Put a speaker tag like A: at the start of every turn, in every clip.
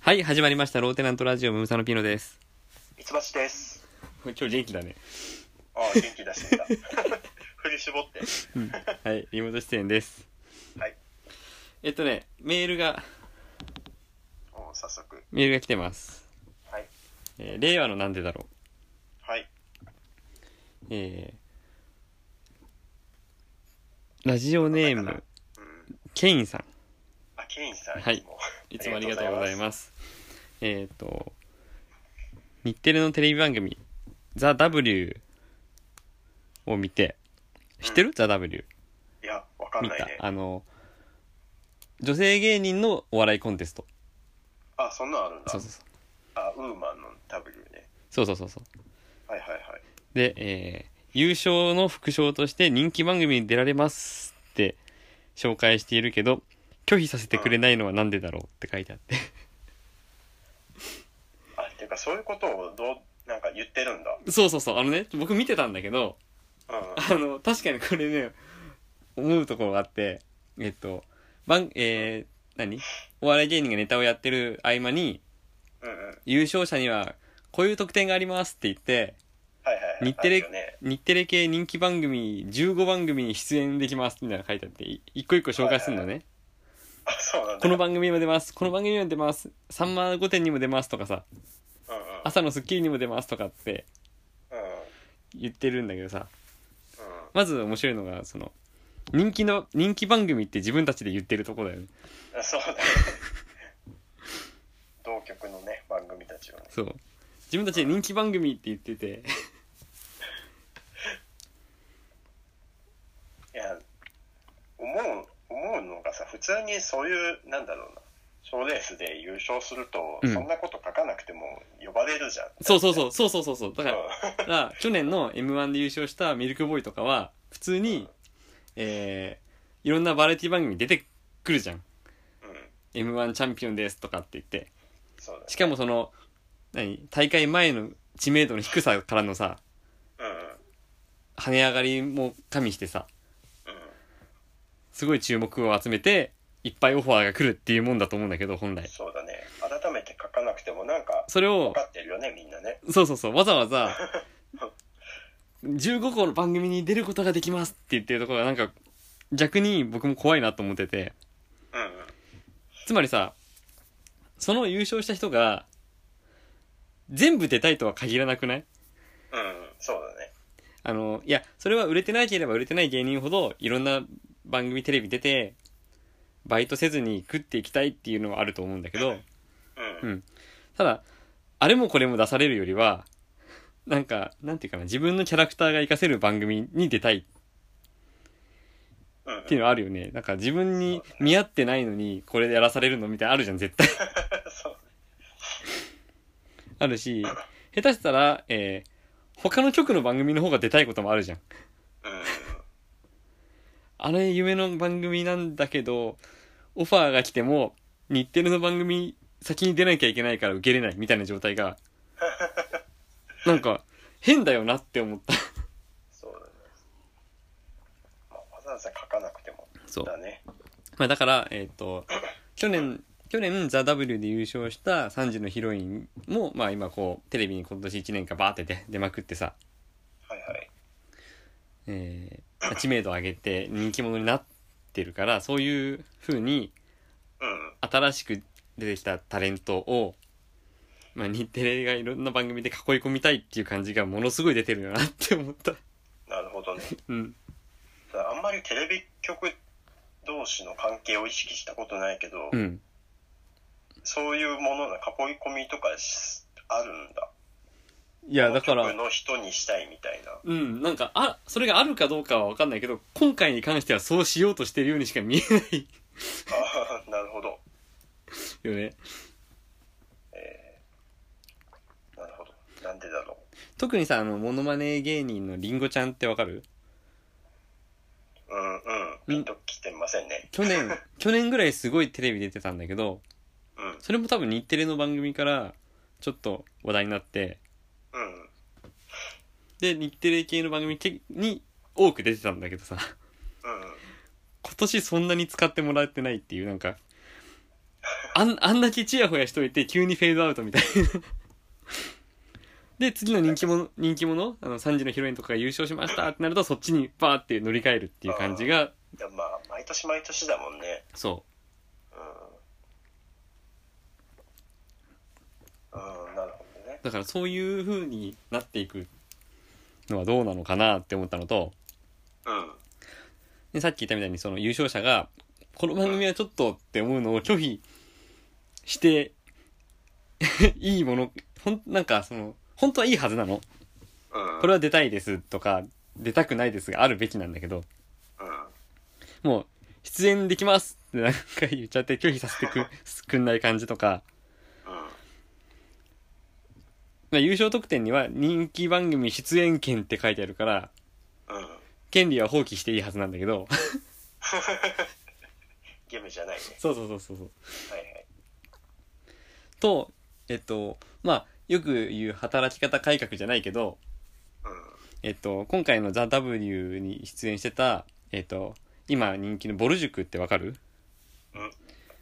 A: はい、始まりました。ローテナントラジオ、ムムサノピーノです。
B: ミツバチです。
A: 今日元気だね。
B: ああ、元気出 してきた。振り絞って。
A: はい、リモート出演です。
B: はい。
A: えっとね、メールが、
B: もう早速。
A: メールが来てます。
B: はい。
A: えー令和のなんでだろ
B: はい。
A: う。えー、ラジオネーム、
B: うん。
A: ケインさん。
B: あ、ケインさん。
A: はい
B: も。
A: いつもありがとうござい
B: す。
A: ます。えっ、と、日テレのテレビ番組、ザ・ W を見て、知ってる、ザ・ W。
B: いや、わかん
A: 見
B: ない
A: た
B: ね。。
A: あの、女性芸人のお笑いコンテスト。
B: あそんなんあるんだ。
A: そうそうそう。
B: あ、ウーマンの W ね。
A: そうそうそうそう。
B: はいはいはい。
A: で、えー優勝の副賞として人気番組に出られますって紹介しているけど、拒否させてくれないのはなんでだろうって書いてあって。
B: あ、ていうか、そういうことをどう、なんか言ってるんだ。
A: そうそうそう。あのね、僕見てたんだけど、
B: うん。
A: あの、確かにこれね、思うところがあって、えっと、番、えー、何お笑い芸人がネタをやってる合間に、
B: うんうん。
A: 優勝者には、こういう特典がありますって言って、
B: はいはいはい。
A: 日テレ
B: あるよね
A: 日テレ系人気番組15番組に出演できますみたいなの書いてあって、い一個一個紹介するのね。
B: あ、そうなんだ。
A: この番組にも出ます、この番組にも出ます、さんま御殿にも出ますとかさ、
B: うんうん。
A: 朝のスッキリにも出ますとかって
B: うん
A: 言ってるんだけどさ、
B: うん。
A: まず面白いのが、その、人気の、人気番組って自分たちで言ってるとこだよね。
B: あそうだね。同局のね、番組たちをね。
A: そう。自分たちで人気番組って言ってて、
B: いや思う思うのがさ普通にそういうなんだろうな賞レースで優勝すると、
A: うん
B: そんなこと書かなくても呼ばれるじゃん
A: そうそうそう、そうそうそうそう。だ
B: う
A: か
B: ん
A: ら、だから去年の M1 で優勝したミルクボーイとかは、普通に、えー、いろんなバラエティ番組に出てくるじゃん。
B: うん、
A: M1 チャンピオンですとかって言って。
B: そうだ
A: しかもその、何大会前の知名度の低さからのさ、
B: うんうん
A: 跳ね上がりも加味してさ、
B: うん
A: すごい注目を集めて、いっぱいオファーが来るっていうもんだと思うんだけど、本来。
B: そうだね改めて書かなくてもなんか
A: それを
B: 分、かってるよねみんなね
A: そうそうそう、わざわざ、15個の番組に出ることができますって言ってるところがなんか、逆に僕も怖いなと思ってて、
B: うんうん
A: つまりさ、その優勝した人が、全部出たいとは限らなくない
B: うんうんそうだね
A: あの、いや、それは売れてなければ売れてない芸人ほど、いろんな番組テレビ出て、バイトせずに食っていきたいっていうのはあると思うんだけど、
B: うん、
A: うんただ、あれもこれも出されるよりは、なんか、なんていうかな、自分のキャラクターが活かせる番組に出たい
B: うんうん
A: っていうのはあるよね。なんか自分に見合ってないのに、これでやらされるのみたいなのあるじゃん、絶対。
B: そう
A: あるし、下手したら、えー、他の局の番組の方が出たいこともあるじゃん。
B: うんうん
A: あれ、夢の番組なんだけど、オファーが来ても、日テレの番組先に出なきゃいけないから受けれないみたいな状態 が、なんか、変だよなって思った。
B: そうだね、まあ、わざわざ書かなくても
A: そう
B: だね
A: まあだから、えっ、と、去年、去年、ザ・ W で優勝した3時のヒロインも、まあ今こう、テレビに今年1年間バーって出出まくってさ、
B: はいはい
A: えー知名度上げて人気者になってるから、そういう風に
B: うん
A: 新しく出てきたタレントを、まあ日テレがいろんな番組で囲い込みたいっていう感じがものすごい出てるよなって思った。
B: なるほどね
A: うん。
B: あんまりテレビ局同士の関係を意識したことないけど、
A: うん。
B: そういうものの囲い込みとかしあるんだ。
A: いや、だか
B: この
A: ら、
B: 局の人にしたいみたいな。
A: うん、なんか、あ、それがあるかどうかはわかんないけど、今回に関してはそうしようとしてるようにしか見えない
B: あ あ、なるほど。
A: よね。
B: えーなるほど。なんでだろ
A: 特にさあのモノマネ芸人のりんごちゃんってわかる
B: う。うんうん。ピンときてませんね。
A: 去年 去年ぐらいすごいテレビ出てたんだけど
B: うん
A: それも多分日テレの番組からちょっと話題になって
B: うん。
A: で日テレ系の番組けに多く出てたんだけどさ
B: うん。
A: 今年そんなに使ってもらってないっていうなんかあん、あんだけチヤホヤしといて、急にフェードアウトみたいな。で、次の人気者、人気者、あの、3時のヒロインとかが優勝しましたってなると、そっちにバーって乗り換えるっていう感じが、
B: いやまあ毎年毎年だもんね
A: そ
B: うんなるほどね
A: う。だからそういう風になっていくのはどうなのかなって思ったのと、
B: うん
A: でさっき言ったみたいにその優勝者が、この番組はちょっとって思うのを拒否して、 いいもの、ほん、なんかその、本当はいいはずなの。
B: うん
A: これは出たいですとか、出たくないですがあるべきなんだけど、
B: うん
A: もう、出演できますってなんか言っちゃって拒否させてく くんない感じとか、
B: うん
A: まあ優勝特典には人気番組出演権って書いてあるから、
B: うん
A: 権利は放棄していいはずなんだけど、
B: ゲームじゃないね
A: そうそうそうそうそう。
B: はいはい
A: と、えっと、まあ、よく言う働き方改革じゃないけど、
B: う
A: えっと、今回のザ・ W に出演してた、えっと、今人気のボル塾ってわかる
B: んうん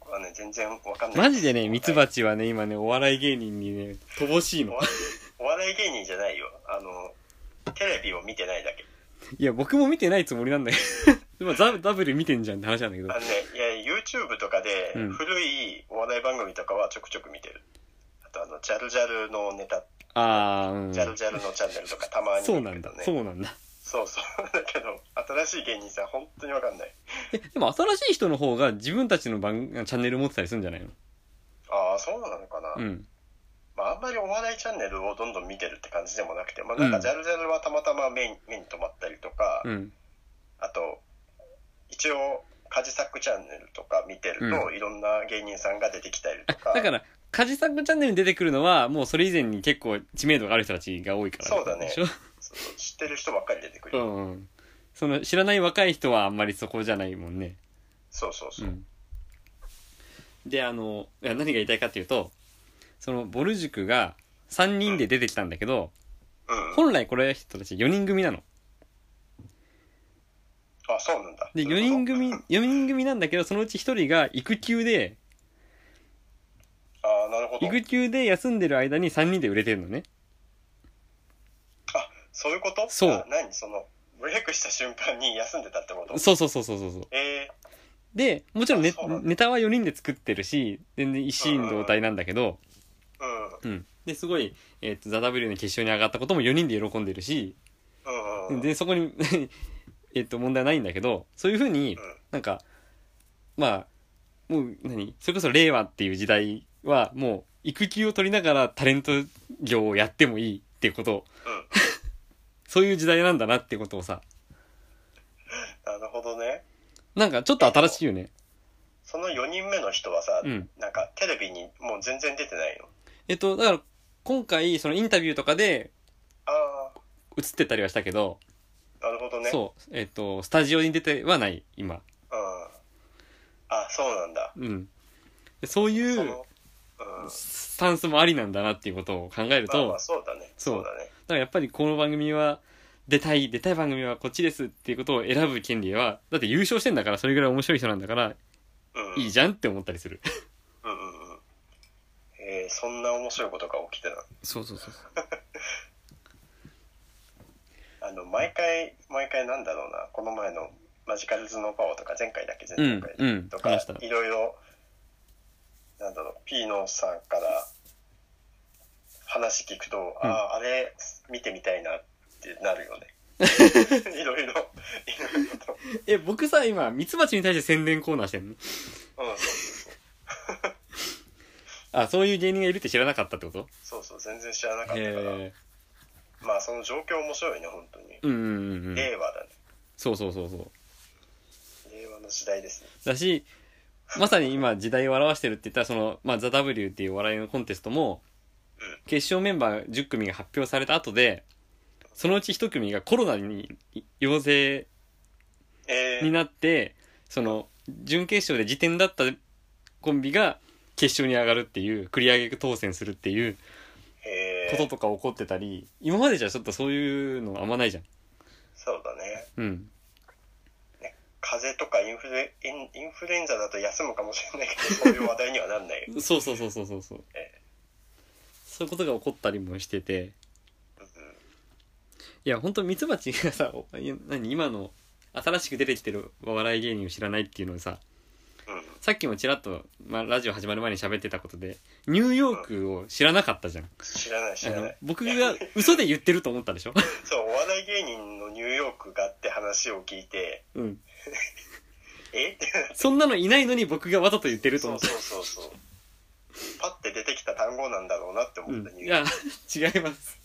B: これはね全然わかんない
A: マジでね、ミツバチはね、今ね、お笑い芸人にね、乏しい
B: お
A: の。
B: 笑いお笑い芸人じゃないよあのテレビを見てないだけ
A: いや、僕も見てないつもりなん だけど。まあ、ザ・ W 見てんじゃんって話なんだけど
B: あ。のねいや YouTube とかで
A: うん
B: 古いお笑い番組とかはちょくちょく見てる、あとあのジャルジャルのネタ
A: あー、うん。
B: ジャルジャルのチャンネルとかたまに
A: そう
B: 見
A: な
B: るけ
A: ん
B: ど
A: だ
B: ね。
A: そうなんだ。
B: そうそう。 だけど、新しい芸人さん、本当にわかんない。
A: え、でも新しい人の方が自分たちの番、チャンネル持ってたりするんじゃないの
B: ああ、そうなのかな。
A: うん。
B: まあ、あんまりお笑いチャンネルをどんどん見てるって感じでもなくて、まあ、なんか、ジャルジャルはたまたま目に目に留まったりとか、
A: うん。
B: あと、一応、カジサックチャンネルとか見てると、
A: う
B: いろんな芸人さんが出てきたりとか、
A: だから、カジサックチャンネルに出てくるのは、もうそれ以前に結構知名度がある人たちが多いから。
B: そうだね
A: でしょ
B: そう知ってる人ばっかり出てく
A: う
B: る。
A: んうん。その、知らない若い人はあんまりそこじゃないもんね。
B: そうそうそうう。
A: ん。で、あの、いや何が言いたいかっていうと、その、ボル塾が3人で出てきたんだけど、
B: うん。
A: 本来これ人たち4人組なの。
B: あ、そうなんだ。
A: で、
B: そう
A: 4
B: いうこと
A: 人 組、4人組なんだけど、そのうち1人が育休で、
B: ああ、なるほど。
A: 育休で休んでる間に3人で売れてるのね。
B: あ、そういうこと
A: そう
B: あ何その、ブレイクした瞬間に休んでたってこと
A: そうそうそうそうそうそう。
B: ええ
A: で、もちろんネ
B: そうなんだ
A: ネタは4人で作ってるし、全然一心同体なんだけど、
B: うん。
A: うん。で、すごい、えっ、と、ザ・ W の決勝に上がったことも4人で喜んでるし、
B: うんうんうん。
A: で、そこに、 えっと、問題はないんだけど、そういうふうに
B: うん、
A: なんか、まあ、もう、何それこそ令和っていう時代は、もう、育休を取りながらタレント業をやってもいいっていうこと、
B: うん。
A: そういう時代なんだなってことをさ、
B: なるほどね。
A: なんかちょっと新しいよね。
B: その4人目の人はさ、
A: うん
B: なんかテレビにもう全然出てないよ。
A: えっと、だから、今回、そのインタビューとかで
B: あ
A: 映ってたりはしたけど、
B: あ、なるほどね。う。
A: そう、えっと、スタジオに出てはない、今。
B: ん。あ、そうなんだ。
A: うん。でそう
B: そ
A: いう
B: の、うん。
A: スタンスもありなんだなっていうことを考える
B: まあ
A: と
B: まあ、、そうだね。
A: そう
B: そうだね。
A: だからやっぱりこの番組は出たい出たい番組はこっちですっていうことを選ぶ権利はだって優勝してんだからそれぐらい面白い人なんだから
B: うん。
A: いいじゃんって思ったりする
B: うんうんうん。えー、そんな面白いことが起きてたの
A: そうそうそう
B: あの、毎回、毎回なんだろうな、この前のマジカルズのパワーとか、前回だっけ、前々回だっけ
A: うんうん
B: とか
A: 話した、
B: いろいろ、なんだろう、ピーノさんから話聞くと、ああ、あれ、見てみたいなってなるよ ね。いろいろ、いろいろと。
A: え僕さ今ミツバチに対して宣伝コーナーしてんの
B: うん、
A: あそういう芸人がいるって知らなかったってこと
B: そうそう、全然知らなかったから。
A: へえ
B: まあ、その状況面白いね、本当に。
A: うんうんうんうん
B: 令和だね。
A: そうそうそうそう
B: 令和の時代ですね。
A: だしまさに今時代を表してるって言ったらその「まあ、ザ・ w っていうお笑いのコンテストも
B: うん
A: 決勝メンバー10組が発表された後でそのうち1組がコロナに陽性
B: え
A: に
B: ー、
A: なってその準決勝で時点だったコンビが決勝に上がるっていう繰り上げ当選するっていう
B: え
A: こと
B: ー、
A: とか起こってたり今までじゃちょっとそういうのあんまないじゃん
B: そうだね。
A: うん
B: 風邪とかインフルエンインフルエンザだと休むかもしれないけど、そういう話題にはなんないよ。
A: そうそうそうそうそうそう
B: え
A: そういうことが起こったりもしてて
B: うん
A: いや本当ミツバチがさ おいや何今の新しく出てきてるお笑い芸人を知らないっていうのをさ
B: うん。
A: さっきもちらっと、まあ、ラジオ始まる前に喋ってたことでニューヨークを知らなかったじゃん
B: 知らない、知
A: あ
B: らな
A: の
B: い。
A: 僕が嘘で言ってると思ったでしょ
B: そう、お笑い芸人のニューヨークがって話を聞いて、
A: うん
B: えって
A: そんなのいないのに僕がわざと言ってると
B: そ
A: 思
B: う
A: った
B: そうそうそう。パッて出てきた単語なんだろうなって思った、
A: うん
B: ニュ
A: い
B: ーヨー
A: や違います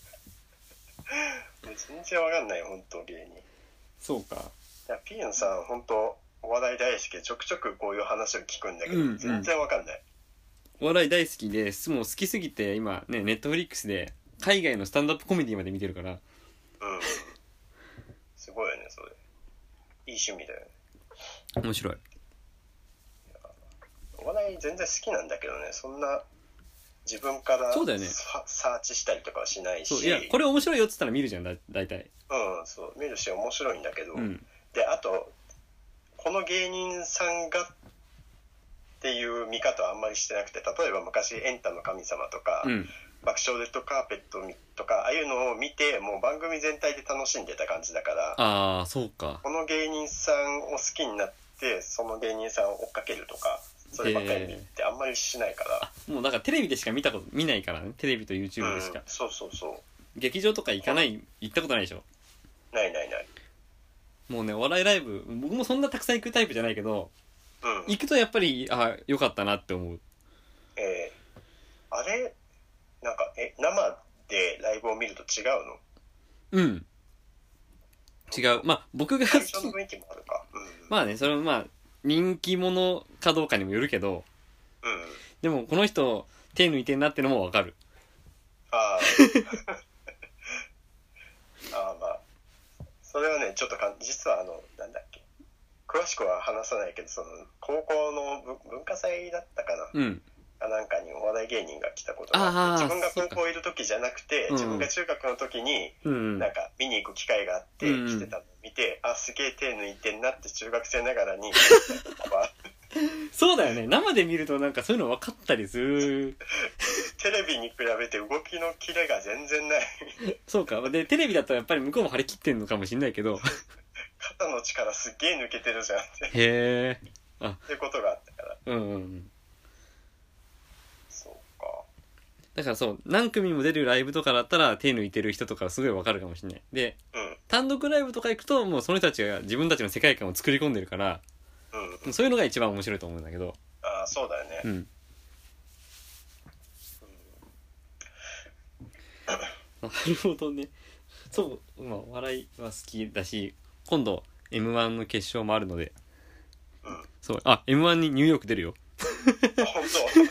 B: ク。全然わかんないよ、本当芸人。い
A: そうか
B: や、ピーヨンさん、本当お笑い大好きで、ちょくちょくこういう話を聞くんだけど、
A: うんうん
B: 全然わかんない。
A: お笑い大好きでもう好きすぎて今ねネットフリックスで海外のスタンダップコメディまで見てるから
B: うん。すごいよね、それ。いい趣味だよね。
A: 面白い
B: お笑い全然好きなんだけどね、そんな、自分から
A: そうだよね
B: ササーチしたりとかはしないし、
A: そういやこれ面白いよっつったら見るじゃんだ大体
B: うん、そう、見るし面白いんだけど、
A: うん
B: で、あと、この芸人さんがっていう見方はあんまりしてなくて、例えば昔、エンタの神様とか、
A: うん
B: 爆笑レッドカーペットとか、ああいうのを見て、もう番組全体で楽しんでた感じだから、
A: ああそうか
B: この芸人さんを好きになって、その芸人さんを追っかけるとか、そればっかり見てあんまりしないから、
A: もうだからテレビでしか見たこと見ないからねテレビと
B: う
A: YouTube
B: ん
A: でしか、、
B: そうそうそ
A: 劇場とか行かない行ったことないでしょ
B: う、ないないない。
A: もうねお笑いライブ僕もそんなたくさん行くタイプじゃないけど
B: うん、
A: 行くとやっぱりあ良かったなって思う
B: えー、あれなんかえ生でライブを見ると違うの
A: うん違うまあ僕が好
B: 会
A: き
B: 場の雰囲気もあるかうん、
A: まあねそれもまあ人気者かどうかにもよるけど
B: うん
A: でもこの人手抜いてんなってのもわかる
B: ああ ああまあそれはねちょっとかん実はあのなんだっけ詳しくは話さないけどその高校のぶ文化祭だったかな、
A: うん
B: かなんかにお笑い芸人が来たことがあって
A: あー
B: 自分が高校いる時じゃなくて、
A: うん
B: 自分が中学の時に
A: うんうん
B: なんか見に行く機会があって
A: うん
B: 来てたのを見て、あすげえ手抜いてんなって中学生なが らにまあ
A: そうだよね生で見るとなんかそういうの分かったりする
B: テレビに比べて動きのキレが全然ない
A: そうかでテレビだとやっぱり向こうも張り切ってんのかもしんないけど
B: 肩の力すっげえ抜けてるじゃんって
A: へえ
B: ってことがあったから
A: うんうんうん
B: そうか
A: だからそう何組も出るライブとかだったら手抜いてる人とかすごい分かるかもしんないで
B: うん
A: 単独ライブとか行くともうその人たちが自分たちの世界観を作り込んでるから
B: うんうん
A: そういうのが一番面白いと思うんだけど
B: ああそうだよね、
A: うんなるほどねそうまあお笑いは好きだし今度 m 1の決勝もあるので
B: うん
A: そうあ m 1にニューヨーク出るよ
B: 本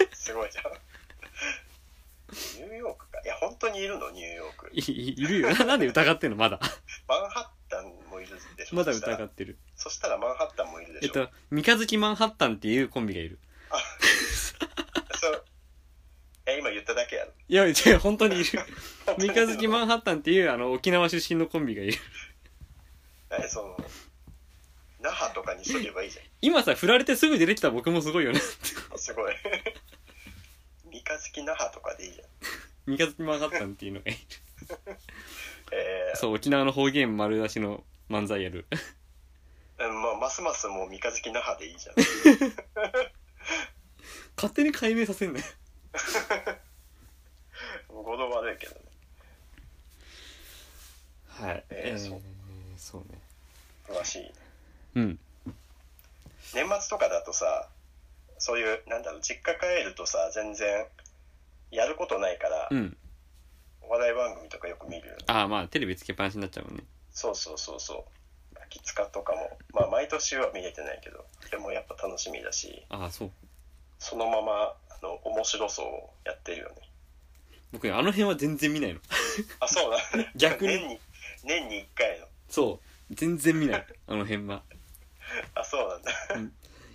B: 当すごいじゃんニューヨークかいや本当にいるのニューヨーク
A: いいいるよ ななんで疑ってんのまだ
B: マンハッタンもいるでしょ
A: まだ
B: そしたら
A: 疑ってる
B: そしたらマンハッタンもいるでし
A: え
B: ょ
A: っと三日月マンハッタンっていうコンビがいる
B: そうえ今言っただけやろ
A: いや違う本当にいる 三日月マンハッタンっていうあの沖縄出身のコンビがいる
B: えその那覇とかにしとけばいいじ
A: 今さ振られてすぐ出てきた僕もすごいよね
B: ゃん すごい三日月那覇とかでいいじゃん
A: 三日月マンハッタンっていうのがいる
B: え
A: そう沖縄の方言丸出しの漫才やる
B: ーうんまあ、ますますもう三日月那覇でいいじゃん
A: 勝手に解明させんね
B: 語呂悪いけどね
A: はい
B: えーそう
A: ーそうね
B: 詳しい
A: うん
B: 年末とかだとさそういうなんだろう実家帰るとさ全然やることないから、
A: うん
B: お笑い番組とかよく見るよね
A: ああまあテレビつけっぱなしになっちゃうもんね
B: そうそうそうそう秋塚とかもまあ毎年は見れてないけどでもやっぱ楽しみだし
A: ああそう
B: そのままあの面白そうをやってるよね
A: 僕ねあの辺は全然見ないの
B: あそうだ
A: 逆に
B: 年に年に1回の
A: そう全然見 ないあの辺は
B: あそうなんだ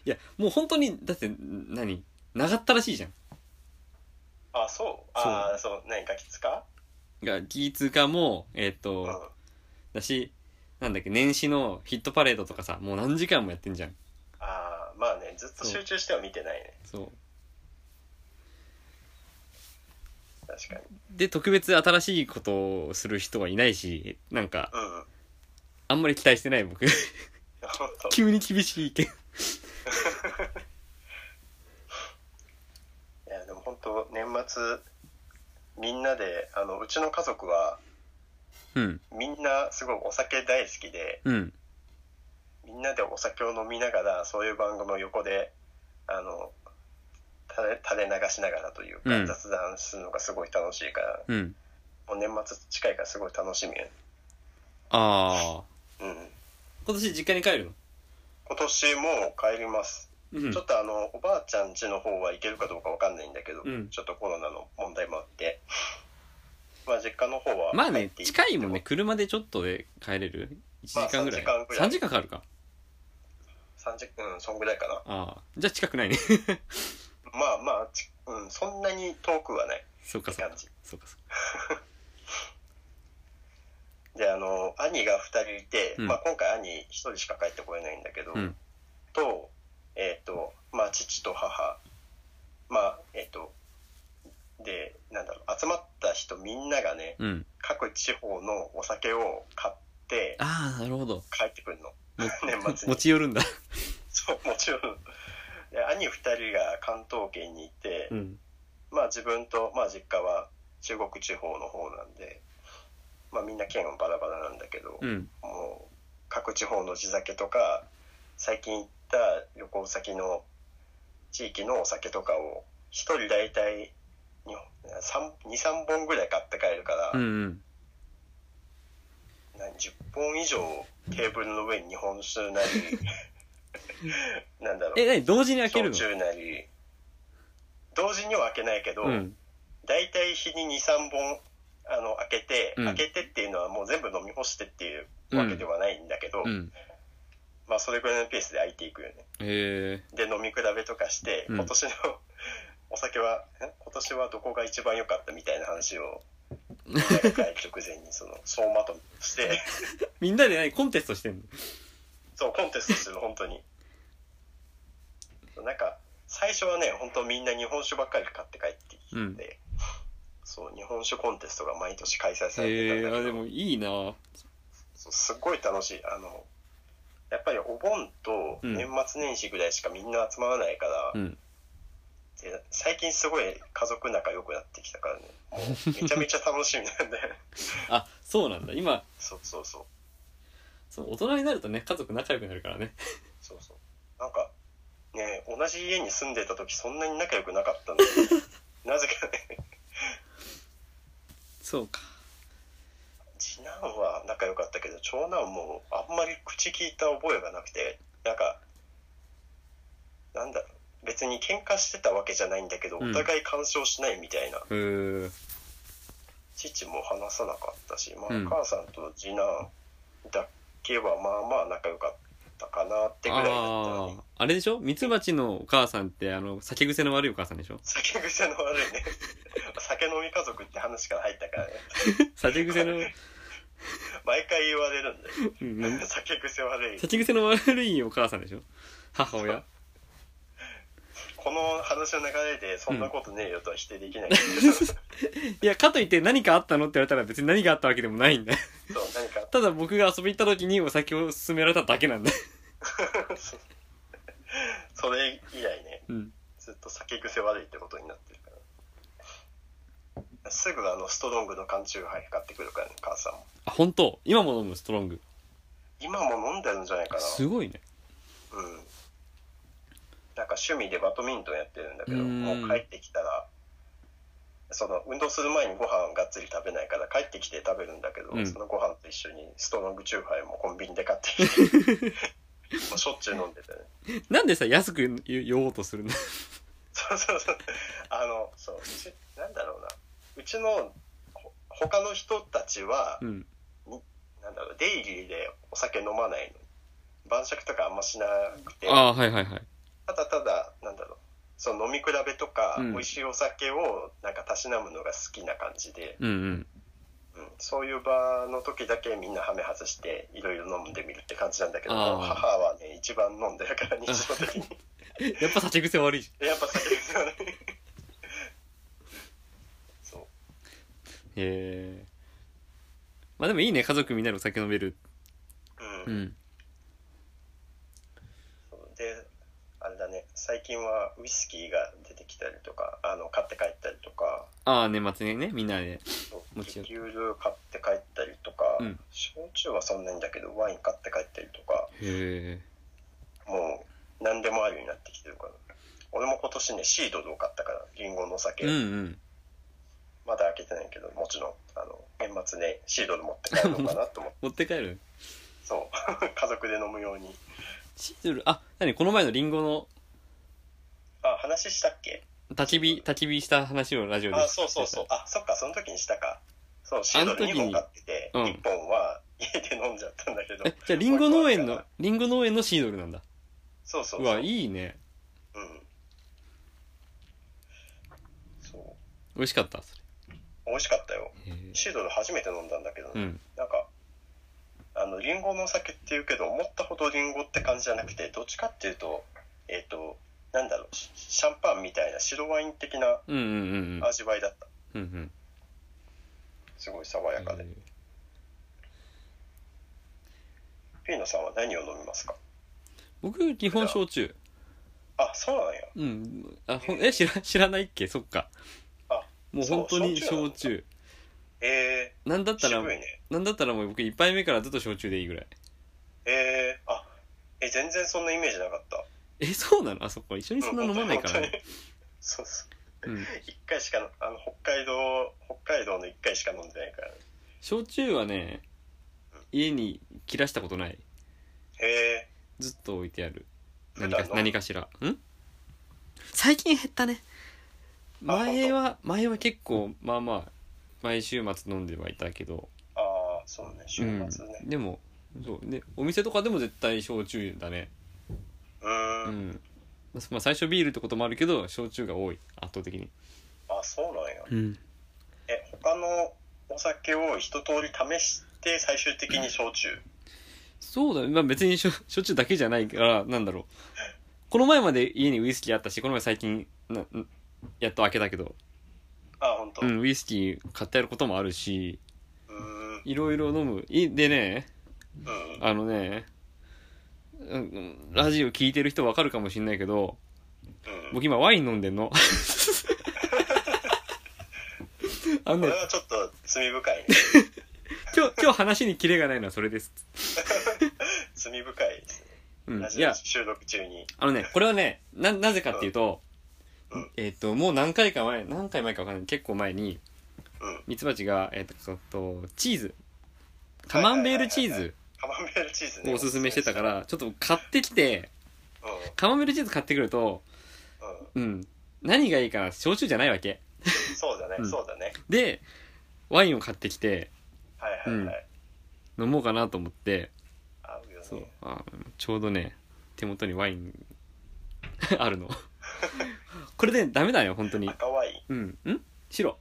A: いやもう本当にだって何長ったらしいじゃん
B: あそうああそう何ガキ使
A: がギーツカもえっ、
B: うん
A: とだしなんだっけ、年始のヒットパレードとかさ、もう何時間もやってんじゃん。
B: ああ、まあね、ずっと集中しては見てないね。
A: そう。
B: 確かに。
A: で、特別新しいことをする人はいないし、なんか、
B: うんうん。
A: あんまり期待してない僕。
B: 本当
A: 急に厳しい意見。
B: いやでも本当年末みんなであのうちの家族は
A: うん、
B: みんなすごいお酒大好きで
A: うん。
B: みんなでお酒を飲みながらそういう番組を横であの垂れ垂れ流しながらというか、
A: うん
B: 雑談するのがすごい楽しいから
A: うん。
B: もう年末近いからすごい楽しみやね
A: ああ。
B: うん
A: 今年実家に帰るの
B: 今年もう帰ります、
A: うん
B: ちょ。っとあのおばあちゃん家の方は行けるかどうかわかんないんだけど、
A: うん
B: ちょっとコロナの問題もあってまあ実家の方は
A: まあね、
B: 帰って
A: 近いもんね。車でちょっとで帰れる ?1 時間ぐらい。
B: まあ3時間ぐらい
A: 3時間かかるか。
B: 30分そんぐらいかな
A: ああ。じゃあ近くない ね。
B: まあまあち、うん、そんなに遠くはない
A: そうか
B: っ
A: そ
B: て
A: う
B: 感
A: か。
B: じ
A: そうかそうか。
B: であの兄が2人いて、
A: うん
B: まあ、今回兄1人しか帰ってこれないんだけど、
A: うん
B: とえっ、とまあ父と母まあえっ、とでなんだろう集まった人みんながね
A: うん。
B: 各地方のお酒を買って
A: ああ、なるほど。
B: 帰って くるの
A: も
B: 年
A: 持
B: 末に
A: ち寄 るんだ。
B: そうもちろんで兄2人が関東圏にいて、
A: うん。
B: まあ自分と、まあ、実家は中国地方の方なんで、まあ、みんな県はバラバラなんだけど、
A: うん。
B: もう各地方の地酒とか最近行った旅行先の地域のお酒とかを一人大体23本ぐらい買って帰るから、
A: うんうん。
B: 何10本以上テーブルの上に日本酒なり なんだろ
A: え、
B: う
A: なに同時に開ける
B: 焼
A: の
B: 酎なり同時には開けないけど、
A: うん。
B: 大体日に23本あの開けて、
A: うん
B: 開けてっていうのはもう全部飲み干してっていうわけではないんだけど、
A: うん。
B: まあそれぐらいのペースで開いていくよね
A: へえ。
B: で飲み比べとかして、
A: うん
B: 今年の お酒はん今年はどこが一番良かったみたいな話をみんなが帰る直前にその総まとめして
A: みんなで何コンテストしてんの
B: そうコンテストするの本当になんか最初はね本当みんな日本酒ばっかり買って帰ってきて、
A: うん
B: そう日本酒コンテストが毎年開催されてたん
A: へえ、
B: だ
A: あ、
B: け
A: で
B: ど
A: もいいな
B: そうすっごい楽しいあのやっぱりお盆と
A: うん
B: 年末年始ぐらいしかみんな集まらないから、
A: うん。
B: で最近すごい家族仲良くなってきた からねもうめちゃめちゃ楽しみなんだよね
A: あ、そうなんだ。今、
B: そうそうそう
A: そう大人になるとね、家族仲良くなるからね。
B: そうそうなんかね同じ家に住んでた時そんなに仲良くなかったの になぜかね
A: そうか。
B: 次男は仲良かったけど長男もあんまり口聞いた覚えがなくてなんかなんだろう別に喧嘩してたわけじゃないんだけど、
A: うん
B: お互い干渉しないみたいな
A: うー。
B: 父も話さなかったし、まあ
A: うん
B: お母さんと次男だけはまあまあ仲良かったかなってぐらいだったの
A: あ
B: に
A: あ、あれでしょミツバチのお母さんって、あの、酒癖の悪いお母さんでしょ
B: 酒癖の悪いね 酒飲み家族って話から入ったからね
A: 酒癖の、
B: 毎回言われるんだよ
A: うんなん
B: 酒癖悪い
A: 酒癖の悪いお母さんでしょ母親
B: この話の流れでそんなことねえよとは否定できないけど、
A: いや、かといって何かあったのって言われたら別に何があったわけでもないんだよ。
B: そう何か
A: ただ僕が遊び行った時にお酒を勧められただけなんだよ。
B: そうそれ以来ね
A: うん。
B: ずっと酒癖悪いってことになってるからすぐあのストロングの缶チューハイ買ってくるからね母さんも
A: あ、本当今も飲むストロング。
B: 今も飲んでるんじゃないかな
A: すごいね。
B: うんなんか趣味でバドミントンやってるんだけど
A: うん
B: もう帰ってきたらその運動する前にご飯がっつり食べないから帰ってきて食べるんだけど、
A: うん
B: そのご飯と一緒にストロングチューハイもコンビニで買ってきて もうしょっちゅう飲んでてね
A: なんでさ、安く言おうとするんだ
B: そうそうそうあのそううちなんだろうなうちのほ他の人たちは、
A: うん。
B: なんだろうデイリーでお酒飲まないの晩酌とかあんましなくて
A: ああ、はいはいはい。
B: ただただなんだろうその飲み比べとか、
A: うん
B: 美味しいお酒をなんかたしなむのが好きな感じで、
A: うんうん。
B: うんそういう場の時だけみんなハメ外していろいろ飲んでみるって感じなんだけど
A: あー
B: 母はね一番飲んでるから日常 的に
A: やっぱ立ち癖悪いじ
B: やっぱ酒ですよねそう
A: ゃん。へえ。まあでもいいね、家族みんなでお酒飲める。
B: うん
A: うん。
B: であれだね最近はウイスキーが出てきたりとかあの買って帰ったりとか
A: ああ、年末にね、みんなで。もち
B: リ
A: ろん
B: キュール買って帰ったりとか、
A: うん
B: 焼酎はそんなにだけどワイン買って帰ったりとか
A: へえ。
B: もう何でもあるようになってきてるから俺も今年ねシードドを買ったからリンゴの酒、
A: うんうん。
B: まだ開けてないけどもちろんあの年末ねシードド持って帰ろうかな と思って
A: 持って帰る
B: そう 家族で飲むように
A: シードル、あ、なにこの前のリンゴの
B: あ話したっけ
A: 焚き火、焚き火した話をラジオで。
B: あそうそうそう。あそっかその時にしたかそうシードド2本買ってて、
A: あの時に
B: 1本は家で飲んじゃったんだけど
A: え、じゃあリンゴ農園の、リンゴ農園のシードルなんだ。
B: そうそう
A: う
B: そう
A: わ、いいね。
B: うんそう
A: 美味しかった、そ
B: 美味しかったよ
A: れ。へえ。
B: シードル初めて飲んだんだけど、
A: うん。
B: なんかあのリンゴのお酒っていうけど思ったほどリンゴって感じじゃなくてどっちかっていうとえっ、となんだろうシシャンパンみたいな白ワイン的な
A: うんうんうんうん。
B: 味わいだった
A: うんうん。
B: すごい爽やかで、
A: へえ
B: ピーノさんは何を飲みますか
A: 僕、基本焼酎。
B: あそうなんや
A: うん。あ、ほんえ、知ら、知らないっけそっか。
B: あ
A: もう
B: そう
A: 本当に
B: 焼酎なの
A: 焼酎。
B: え
A: なんだっ
B: ー、
A: たら、
B: 渋いね
A: なんだったらもう僕一杯目からずっと焼酎でいいぐらい。
B: えー、あえ全然そんなイメージなかった
A: え、そうなのあそこ。一緒にそんな飲まないから
B: うん本当
A: ね。
B: にそうそう
A: うん。
B: 一回しかのあの北海道北海道の一回しか飲んでないから
A: 焼酎はね、家に切らしたことない。
B: へえ
A: ずっと置いてある。
B: 普
A: 何か
B: 段の
A: 何かしら。ん最近減ったね。
B: あ
A: 前は、前は結構、まあまあ、毎週末飲んではいたけど、
B: ああそうね週末ね
A: うん、でも、そう、ね、お店とかでも絶対焼酎だね。
B: うーん
A: うん。まあまあ、最初ビールってこともあるけど、焼酎が多い、圧倒的に。
B: あそうなんや
A: うん。
B: え他のお酒を一通り試して最終的に焼酎
A: そうだね。まあ別にしょしょっちゅうだけじゃないから、なんだろう。この前まで家にウイスキーあったし、この前最近、ななやっと開けたけど、
B: あ本当
A: う、
B: うん
A: ウイスキー買ってやることもあるし、
B: ーん
A: いろいろ飲む。いでね、
B: うん
A: あのね、うんラジオ聞いてる人わかるかもしんないけど、
B: うん
A: 僕今ワイン飲んでんの。あの
B: こ
A: ね
B: れ、はちょっと罪深いね
A: 今日、今日話にキレがないのはそれです。
B: 罪深いですね
A: うん
B: ラ。
A: い
B: ジ
A: や
B: オ、収録中に
A: あのね、これはね、な、なぜかっていうと
B: うんうん、
A: えっ、と、もう何回か前、何回前かわかんない、結構前に、
B: うん
A: ミツバチが、えっ、とえっと、チーズ、カ
B: はいはい
A: マ
B: はいはい
A: ンベールチーズ
B: カマンベールチーズね
A: をおすすめしてたから、ちょっと買ってきて、
B: うんうん
A: カマンベールチーズ買ってくると、うん、何がいいかな、焼酎じゃないわけ。
B: そうだね
A: うん
B: そうだね
A: で、ワインを買ってきて、
B: はいはいはい
A: 飲もうかなと思って、
B: 合うよ
A: そう
B: ね
A: あちょうどね手元にワイン あ るのこれでダメだよ本当に
B: 赤ワイン
A: うんん白、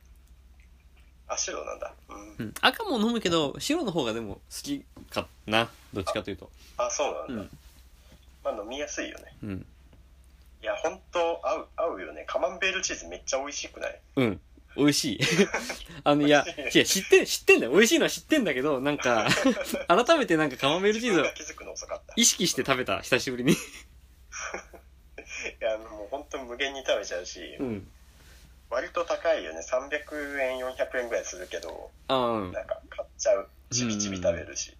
B: あ白なんだうん
A: うん、赤も飲むけど白の方がでも好きかなどっちかというと
B: あそう
A: う
B: なんだ
A: ん
B: まあ飲みやすいよね
A: うん
B: いや本当合う合うよねカマンベールチーズめっちゃ美味しくない
A: うん美味しい あのい や
B: 美味
A: いや知って知ってんだよ美味しいのは知ってんだけどなんか 改めてなんかカマンベールチーズ
B: 自
A: を
B: 分が気づくの遅か ったい
A: 意識して食べた久しぶりに
B: やあのもう本当無限に食べちゃうし、
A: うん
B: 割と高いよね300円400円ぐらいするけど
A: あうん
B: なんか買っちゃうちびちび食べるし、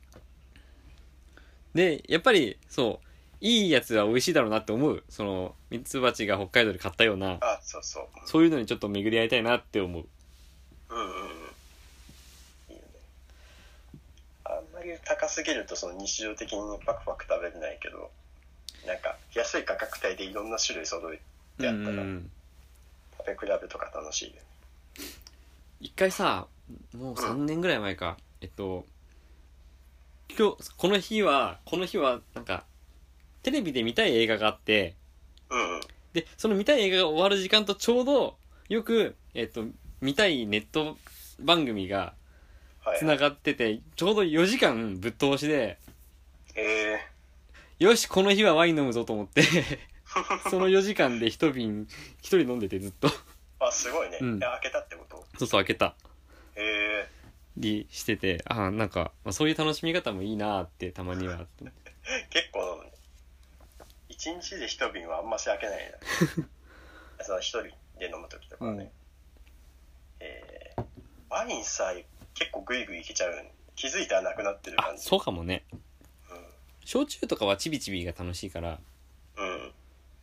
A: でやっぱりそういいやつは美味しいだろうなって思うそのミツバチが北海道で買ったような
B: あそうそう
A: そういうのにちょっと巡り合いたいなって思う
B: うんうんうんいいよねあんまり高すぎるとその日常的にパクパク食べれないけどなんか安い価格帯でいろんな種類揃えてあったら
A: うん
B: 食べ比べとか楽しいよね
A: 一回さもう3年ぐらい前かえっと今日この日はこの日はなんかテレビで見たい映画があって
B: うんうん
A: でその見たい映画が終わる時間とちょうどよく、えっと、見たいネット番組が
B: はい。
A: 繋がってて、ちょうど4時間ぶっ通しで、
B: ええ
A: よし、この日はワイン飲むぞと思って、その4時間で一瓶、一人飲んでてずっと、
B: あ、すごいね。
A: うん
B: いや開けたってこと
A: そうそう開けた
B: ええ
A: りしてて、ああ、なんか、まあ、そういう楽しみ方もいいなーってたまには。
B: 結構飲むね。一日で一瓶はあんまし開けない な。その一人で飲むときとかね。
A: うん
B: ええワインさ、結構グイグイいけちゃうよね。気づいたらなくなってる
A: あ、
B: 感じ。
A: そうかもね。焼酎とかはちびちびが楽しいから、
B: うん。うん。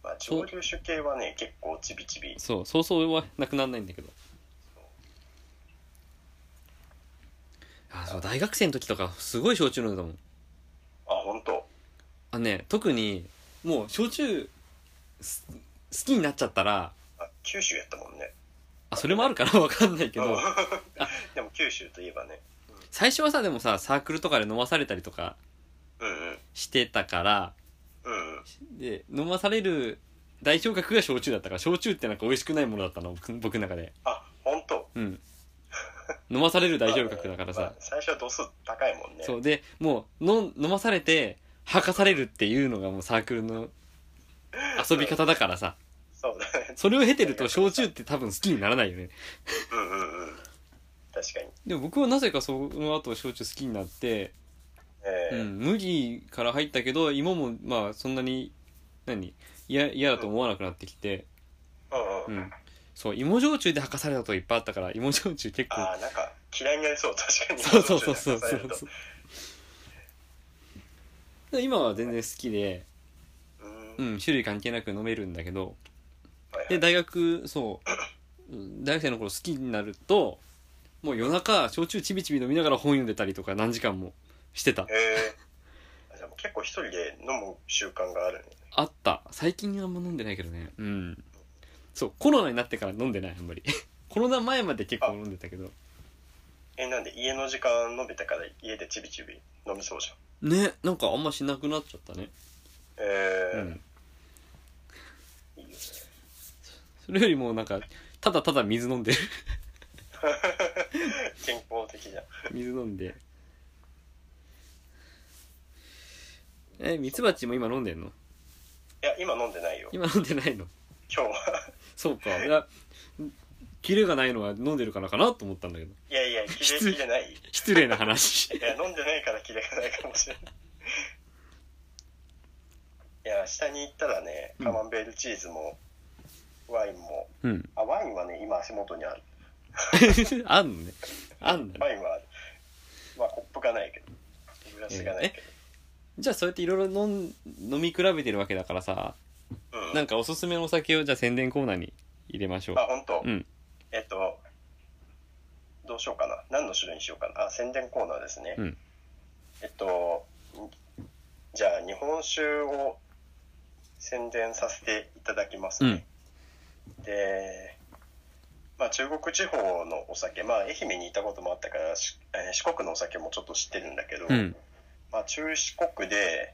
B: まあ、蒸留酒系はね、結構ちびちび。
A: そう、そうそうはなくならないんだけど。あ、そう、大学生の時とか、すごい焼酎飲んでたもん。
B: あ、ほんと。
A: あのね、特に、もう、焼酎、す好きになっちゃったら、
B: あ九州やったもんね。
A: あ、それもあるかな わかんないけど、あ
B: でも九州といえばね。
A: 最初はさ、でもさ、サークルとかで飲まされたりとか
B: うんうん。
A: してたから、
B: うんうん。
A: で、飲まされる代表格が焼酎だったから、焼酎ってなんか美味しくないものだったの、僕僕の中で。
B: あ、ほんと。
A: うん。飲まされる代表格だから
B: ま
A: さ
B: あ。最初は度数高いもんね。
A: そうでもうの飲まされて吐かされるっていうのがもうサークルの遊び方だからさ
B: そうだね。
A: それを経てると焼酎って多分好きにならないよね
B: うんうんうん。確かに。
A: でも僕はなぜかその後焼酎好きになって、
B: ええ
A: うん、麦から入ったけど今もまあそんなに何嫌嫌だと思わなくなってきて、
B: うんう。
A: うんん、そう芋焼酎で吐かされたこといっぱいあったから芋焼酎結構
B: ああ、なんか嫌いになりそう。確かに。
A: そうそうそうそう
B: ど
A: そ
B: ち
A: う
B: らかという
A: で今は全然好きで、
B: とうん。
A: うん、種類関係なく飲めるんだけど
B: はいはい
A: で大学そううん大学生の頃好きになるともう夜中焼酎ちびちび飲みながら本読んでたりとか何時間もしてた
B: ええあじゃあもう結構一人で飲む習慣があるね。
A: あった最近あんま飲んでないけどねうんそうコロナになってから飲んでないあんまり コロナ前まで結構飲んでたけど
B: え、なんで家の時間延びたから家でちびちび飲みそうじゃん。
A: ねなんかあんましなくなっちゃったね
B: え
A: うん
B: えいいよね。
A: それよりもなんかただただ水飲んでる
B: 健康的じゃん。
A: 水飲んでえミツバチも今飲んでんの
B: いや、今飲んでないよ。
A: 今飲んでないの
B: 今日は。
A: そうか。いや、キレがないのは飲んでるからかなと思ったんだけど。
B: いや いや、キレキレない。い
A: 失礼な話。
B: や、飲んでないからキレがないかもしれない。いや、下に行ったらね、
A: うん
B: カマンベールチーズも、ワインも、
A: うん。
B: あ、ワインはね、今足元にある。
A: あんのね。あんだね。
B: ワインはある。まあ、コップがないけど、グラスがないけど。
A: じゃあそうやっていろいろ飲ん飲み比べてるわけだからさ、
B: うん。
A: なんかおすすめのお酒をじゃあ宣伝コーナーに入れましょう
B: あ、。ほんと、
A: うん。
B: えっと、どうしようかな。何の種類にしようかな。あ、宣伝コーナーですね。
A: うん
B: えっと、んじゃあ、日本酒を宣伝させていただきますね。で、まあ、中国地方のお酒、まあ、愛媛に行ったこともあったから、しえー四国のお酒もちょっと知ってるんだけど、
A: うん。
B: まあ、中四国で、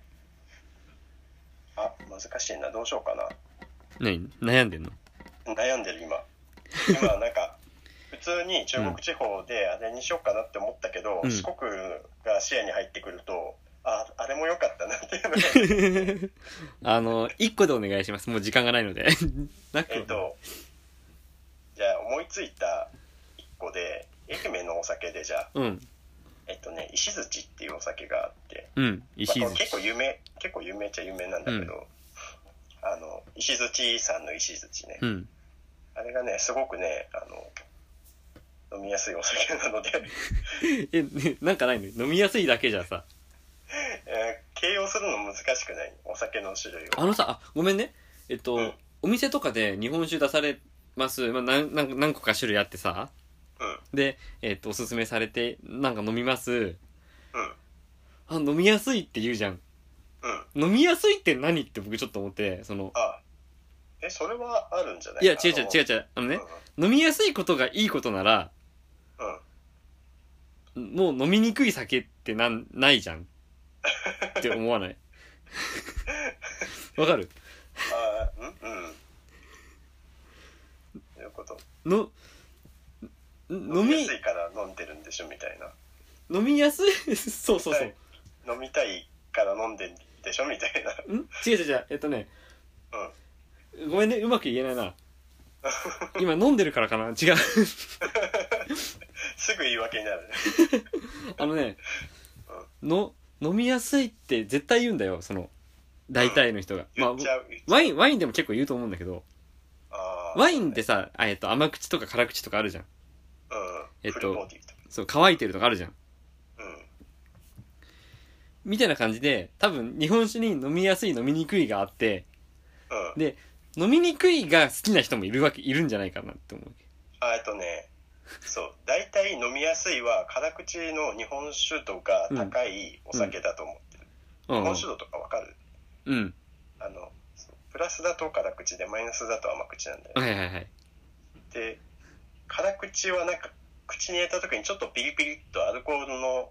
B: あ、難しいな。どうしようかな。
A: 何悩んでんの
B: 悩んでる今今なんか普通に中国地方であれにしようかなって思ったけど、
A: うん
B: 四国が視野に入ってくるとああれも良かったなっていう のが
A: あの、1個でお願いします。もう時間がないので。 なく
B: えっとじゃあ思いついた一個で愛媛のお酒でじゃあ
A: うん。
B: えっとね石槌っていうお酒があって、
A: うん。石
B: まあ
A: 槌
B: これ結構有名結構有名っちゃ有名なんだけど、あの石槌さんの石槌ね、
A: うん。
B: あれがねすごくねあの飲みやすいお酒なので
A: え、ねなんかないの飲みやすいだけじゃさ。
B: えー形容するの難しくないお酒の種類を
A: あのさ、あ、ごめんね。えっと、
B: うん
A: お店とかで日本酒出されます。まあ、なん、なん何個か種類あってさ。
B: うん
A: で、えっと、おすすめされて、なんか飲みます。
B: うん
A: あ、飲みやすいって言うじゃん。
B: うん
A: 飲みやすいって何って僕ちょっと思って、その、
B: あえそれはあるんじゃない
A: いや、違う違う違う
B: う
A: 違う。あのね、
B: う
A: 飲みやすいことがいいことなら、
B: ん、うん、
A: もう飲みにくい酒ってなん、ないじゃん。って思 わない。わかる
B: あーうんうんどういうこと
A: の、ん飲
B: 飲み
A: み
B: やす、いから飲んでるんでしょみたいな
A: 飲みやすい そうそうそう、
B: はい飲みたいから飲んでんでしょみたいな。
A: ん違う違う違うえっとね
B: うん。
A: ごめんねうまく言えない な今飲んでるからかな違う
B: すぐ言い訳になるね。
A: あのねの飲みやすいって絶対言うんだよその大体の人が、ま
B: 言
A: あ
B: っちゃう。言っちゃう
A: ワインワインでも結構言うと思うんだけど
B: あー
A: ワインってさ、あえっと、甘口とか辛口とかあるじゃん
B: うん。
A: えっと
B: フルボディと
A: そう乾いてるとかあるじゃん
B: か。うん。
A: みたいな感じで多分日本酒に飲みやすい飲みにくいがあって
B: うん。
A: で飲みにくいが好きな人もいるわけいるんじゃないかなって思う
B: あえっとね、そう、大体飲みやすいは、辛口の日本酒度が高いお酒だと思ってる。
A: うん
B: 日本酒度とかわかる
A: うん
B: あの、そうプラスだと辛口で、マイナスだと甘口なんだよ
A: は
B: ね。
A: いはいはい
B: で、辛口はなんか、口に入れた時にちょっとピリピリっとアルコールの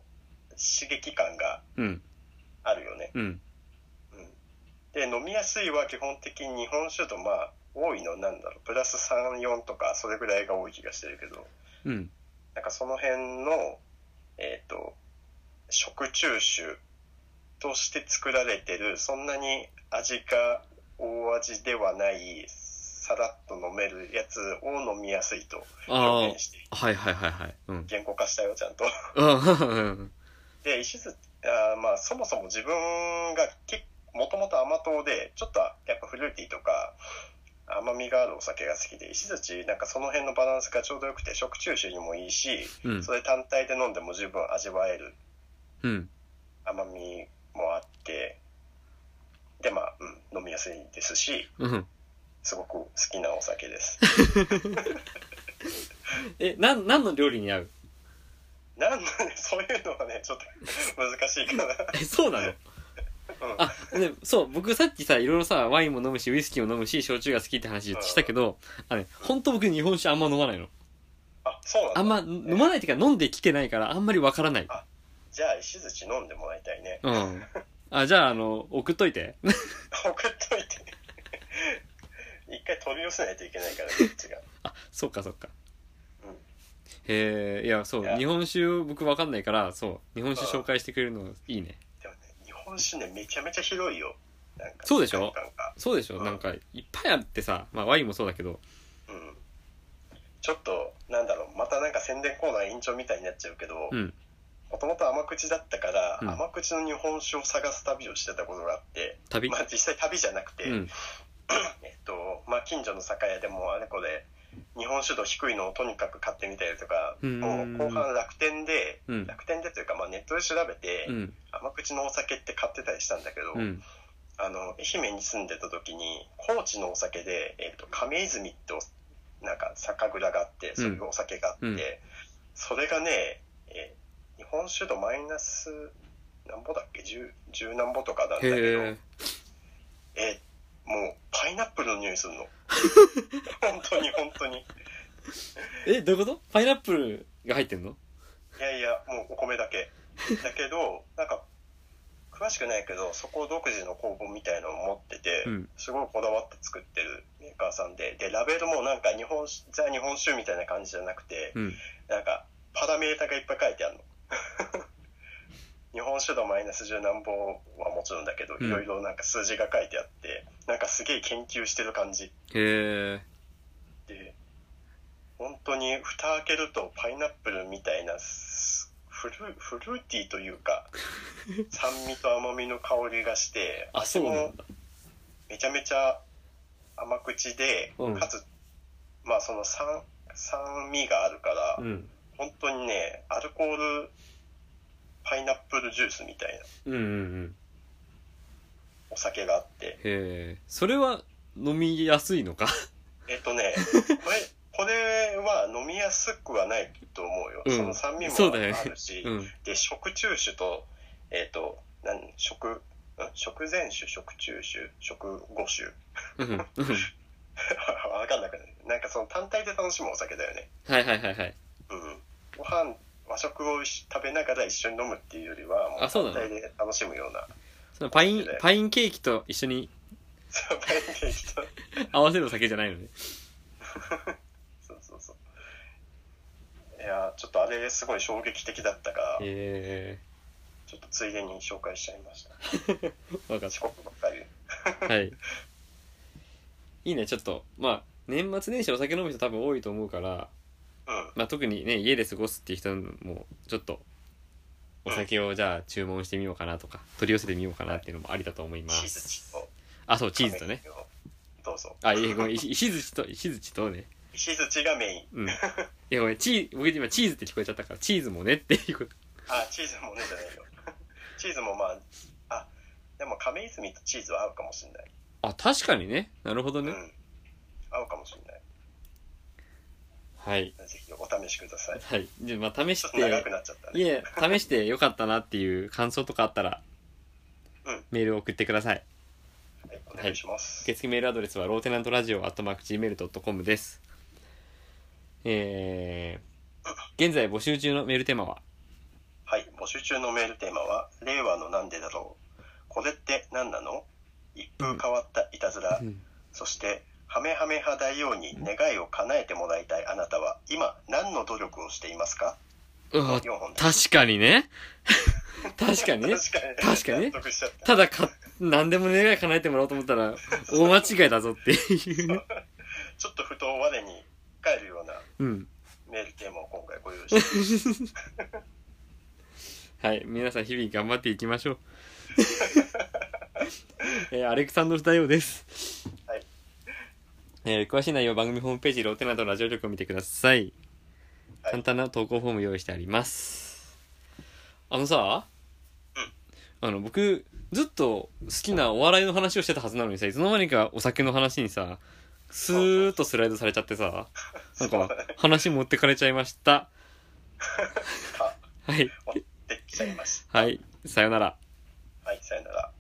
B: 刺激感が
A: うん
B: あるよね。
A: うん
B: うんで飲みやすいは基本的に日本酒とまあ多いのなんだろうプラス34とかそれぐらいが多い気がしてるけど
A: うん
B: なんかその辺のえっ、と食中酒として作られてるそんなに味が大味ではないさらっと飲めるやつを飲みやすいと
A: あ
B: 表現して
A: あはいはいはいはいうん
B: 言語化したよちゃんと。
A: うん
B: で石津あーまあそもそも自分が結もともと甘党でちょっとやっぱフルーティーとか甘みがあるお酒が好きで石槌なんかその辺のバランスがちょうどよくて食中酒にもいいし
A: うん
B: それ単体で飲んでも十分味わえる
A: うん
B: 甘みもあってでまあ、うん、飲みやすいですし
A: うん
B: すごく好きなお酒です
A: えなん何の料理に合う
B: なんでそういうのはねちょっと難しいかな
A: えそうなの
B: うん
A: あでそう僕さっきさいろいろさワインも飲むしウイスキーも飲むし焼酎が好きって話したけどあのね本当僕日本酒あんま飲まないの
B: あそうなんだ
A: あんま飲まないっていうか飲んできてないからあんまりわからない
B: じゃあ石槌飲んでもらいた いね
A: うんあじゃああの送っといて
B: 送っといて 一回取り寄せないといけないからこっちが
A: あそっかそっか
B: うん
A: へえいやそう
B: いや
A: 日本酒僕わかんないからそう日本酒
B: うん
A: 紹介してくれるのいいね
B: でもね日本酒ねめちゃめちゃ広いよなんか
A: そうでしょ
B: 世界観が
A: そうでしょ
B: うん
A: なんかいっぱいあってさまあワインもそうだけど
B: うんちょっとなんだろうまたなんか宣伝コーナー委員長みたいになっちゃうけど
A: うん
B: もともと甘口だったから、
A: うん
B: 甘口の日本酒を探す旅をしてたことがあって
A: 旅
B: まあ実際旅じゃなくて、
A: うん
B: えっとまあ、近所の酒屋でもあれこれ日本酒度低いのをとにかく買ってみたりとか
A: うん
B: もう後半楽天で、
A: うん
B: 楽天でというか、まあ、ネットで調べて、
A: うん
B: 甘口のお酒って買ってたりしたんだけど、
A: うん
B: あの愛媛に住んでた時に高知のお酒で、えー、と亀泉っておなんか酒蔵があってそういうお酒があって、
A: うん
B: それがね、えー日本酒度マイナスなんぼだっけ10 10何ぼとかなんだ
A: へ
B: けど、え
A: え
B: ーもうパイナップルの匂いす るの本当に本当にい
A: えどういうことパイナップルが入ってんの
B: やいやもうお米だけだけどなんか詳しくないけどそこ独自の工房みたいのを持ってて、
A: うん
B: すごいこだわって作ってるメーカーさんで、で、ラベルもなんか日本酒、ザ日本酒みたいな感じじゃなくて、
A: うん
B: なんかパラメータがいっぱい書いてあるの。 日本酒度マイナス十何本はもちろんだけど、
A: うん
B: いろいろなんか数字が書いてあって、なんかすげえ研究してる感じ
A: へえ
B: で、本当に蓋開けるとパイナップルみたいなすフルフルーティーとい うか、酸味と甘みの香りがして、
A: あそうなんだ
B: めちゃめちゃ甘口で、
A: うん
B: かつまあその酸酸味があるから、
A: うん
B: 本当にねアルコールパイナップルジュースみたいな
A: うんうんうん
B: お酒があって
A: へえそれは飲みやすいのか
B: えっ とねこれこれは飲みやすくはないと思うよ、
A: うん
B: その酸味も
A: そうだよね
B: あるし、
A: うん
B: で食中酒とえっ、と何食ん食前酒食中酒食後酒
A: う んうん
B: わかんなくないなんかその単体で楽しむお酒だよね
A: はいはいはいはい
B: うんご飯和食をし食べながら一緒に飲むっていうよりはも
A: あ
B: う
A: そう
B: 単
A: なの
B: 体で楽しむような
A: そのパインパインケーキと一緒に
B: そうパインケ ーキと
A: 合わせる酒じゃないのね
B: そうそうそういやちょっとれすごい衝撃的だったが、
A: え
B: ちょっとついでに紹介しちゃいました。
A: ー、わかっ
B: 四国ばっかり。
A: た。はい。いいね、ちょっと、まあ、年末年始お酒飲む人多分多いと思うから、
B: うん。
A: まあ、特にね、家で過ごすっていう人も、ちょっと、お酒をじゃあ注文してみようかなとか、取り寄せてみようかなっていうのもありだと思いま
B: チーズ
A: す。
B: チと。
A: あ、そう、チーズとね。。
B: どうぞ。
A: あ、いえ、ごめん、石石槌と、石槌とね。
B: チーズチがメイン。
A: うん。いや、ごめん、チー、僕今チーズって聞こえちゃったから、チーズもねっていうこと。
B: あ、チーズもねじゃないよ。 チーズもまあ、あ、でも亀泉とチーズは合うかもしれない。
A: あ、確かにね。なるほどね。
B: うん。合うかもしれない。
A: はい。
B: ぜひお試しください。
A: はい。じゃあ、まあ、試
B: ち
A: し
B: ょっと長
A: て
B: く、なっちゃった
A: い
B: ね。
A: え、試してよかったなっていう感想とかあったら、
B: うん
A: メールを送ってください。
B: はい、お願いします。
A: 受付メールアドレスはローテナントラジオアットマーク Gmail.com です。えー、現在募集中のメールテーマは、
B: はい、募集中のメールテーマは、令和のなんでだろう。これって何なの一風変わったいたずら。そして、ハメハメ派大王に願いを叶えてもらいたいあなたは、今、何の努力をしていますか
A: う
B: の
A: わ
B: 4本です。
A: 確かにね。 確かにね。確
B: 確
A: か
B: か
A: にね
B: にね。納得しちゃった
A: だか、何でも願い叶えてもらおうと思ったら、大間違いだぞっていうね。
B: たちょっと不当我に帰るような
A: うん。
B: メールテーマを今回ご用意して、
A: はい。皆さん日々頑張っていきましょう。 えーアレクサンドル大王です。
B: はい。
A: えー詳しい内容は番組ホームページ、ローテナントラジオ局を見てください。
B: はい
A: 簡単な投稿フォーム用意してあります。あのさ、あの、僕、ずっと好きなお笑いの話をしてたはずなのにさ、いつの間にかお酒の話にさ、スーッとスライドされちゃってさ、なんか話持ってかれちゃいま した。はい。
B: できちゃいまし
A: はい。さよなら。
B: た。はい、さよなら。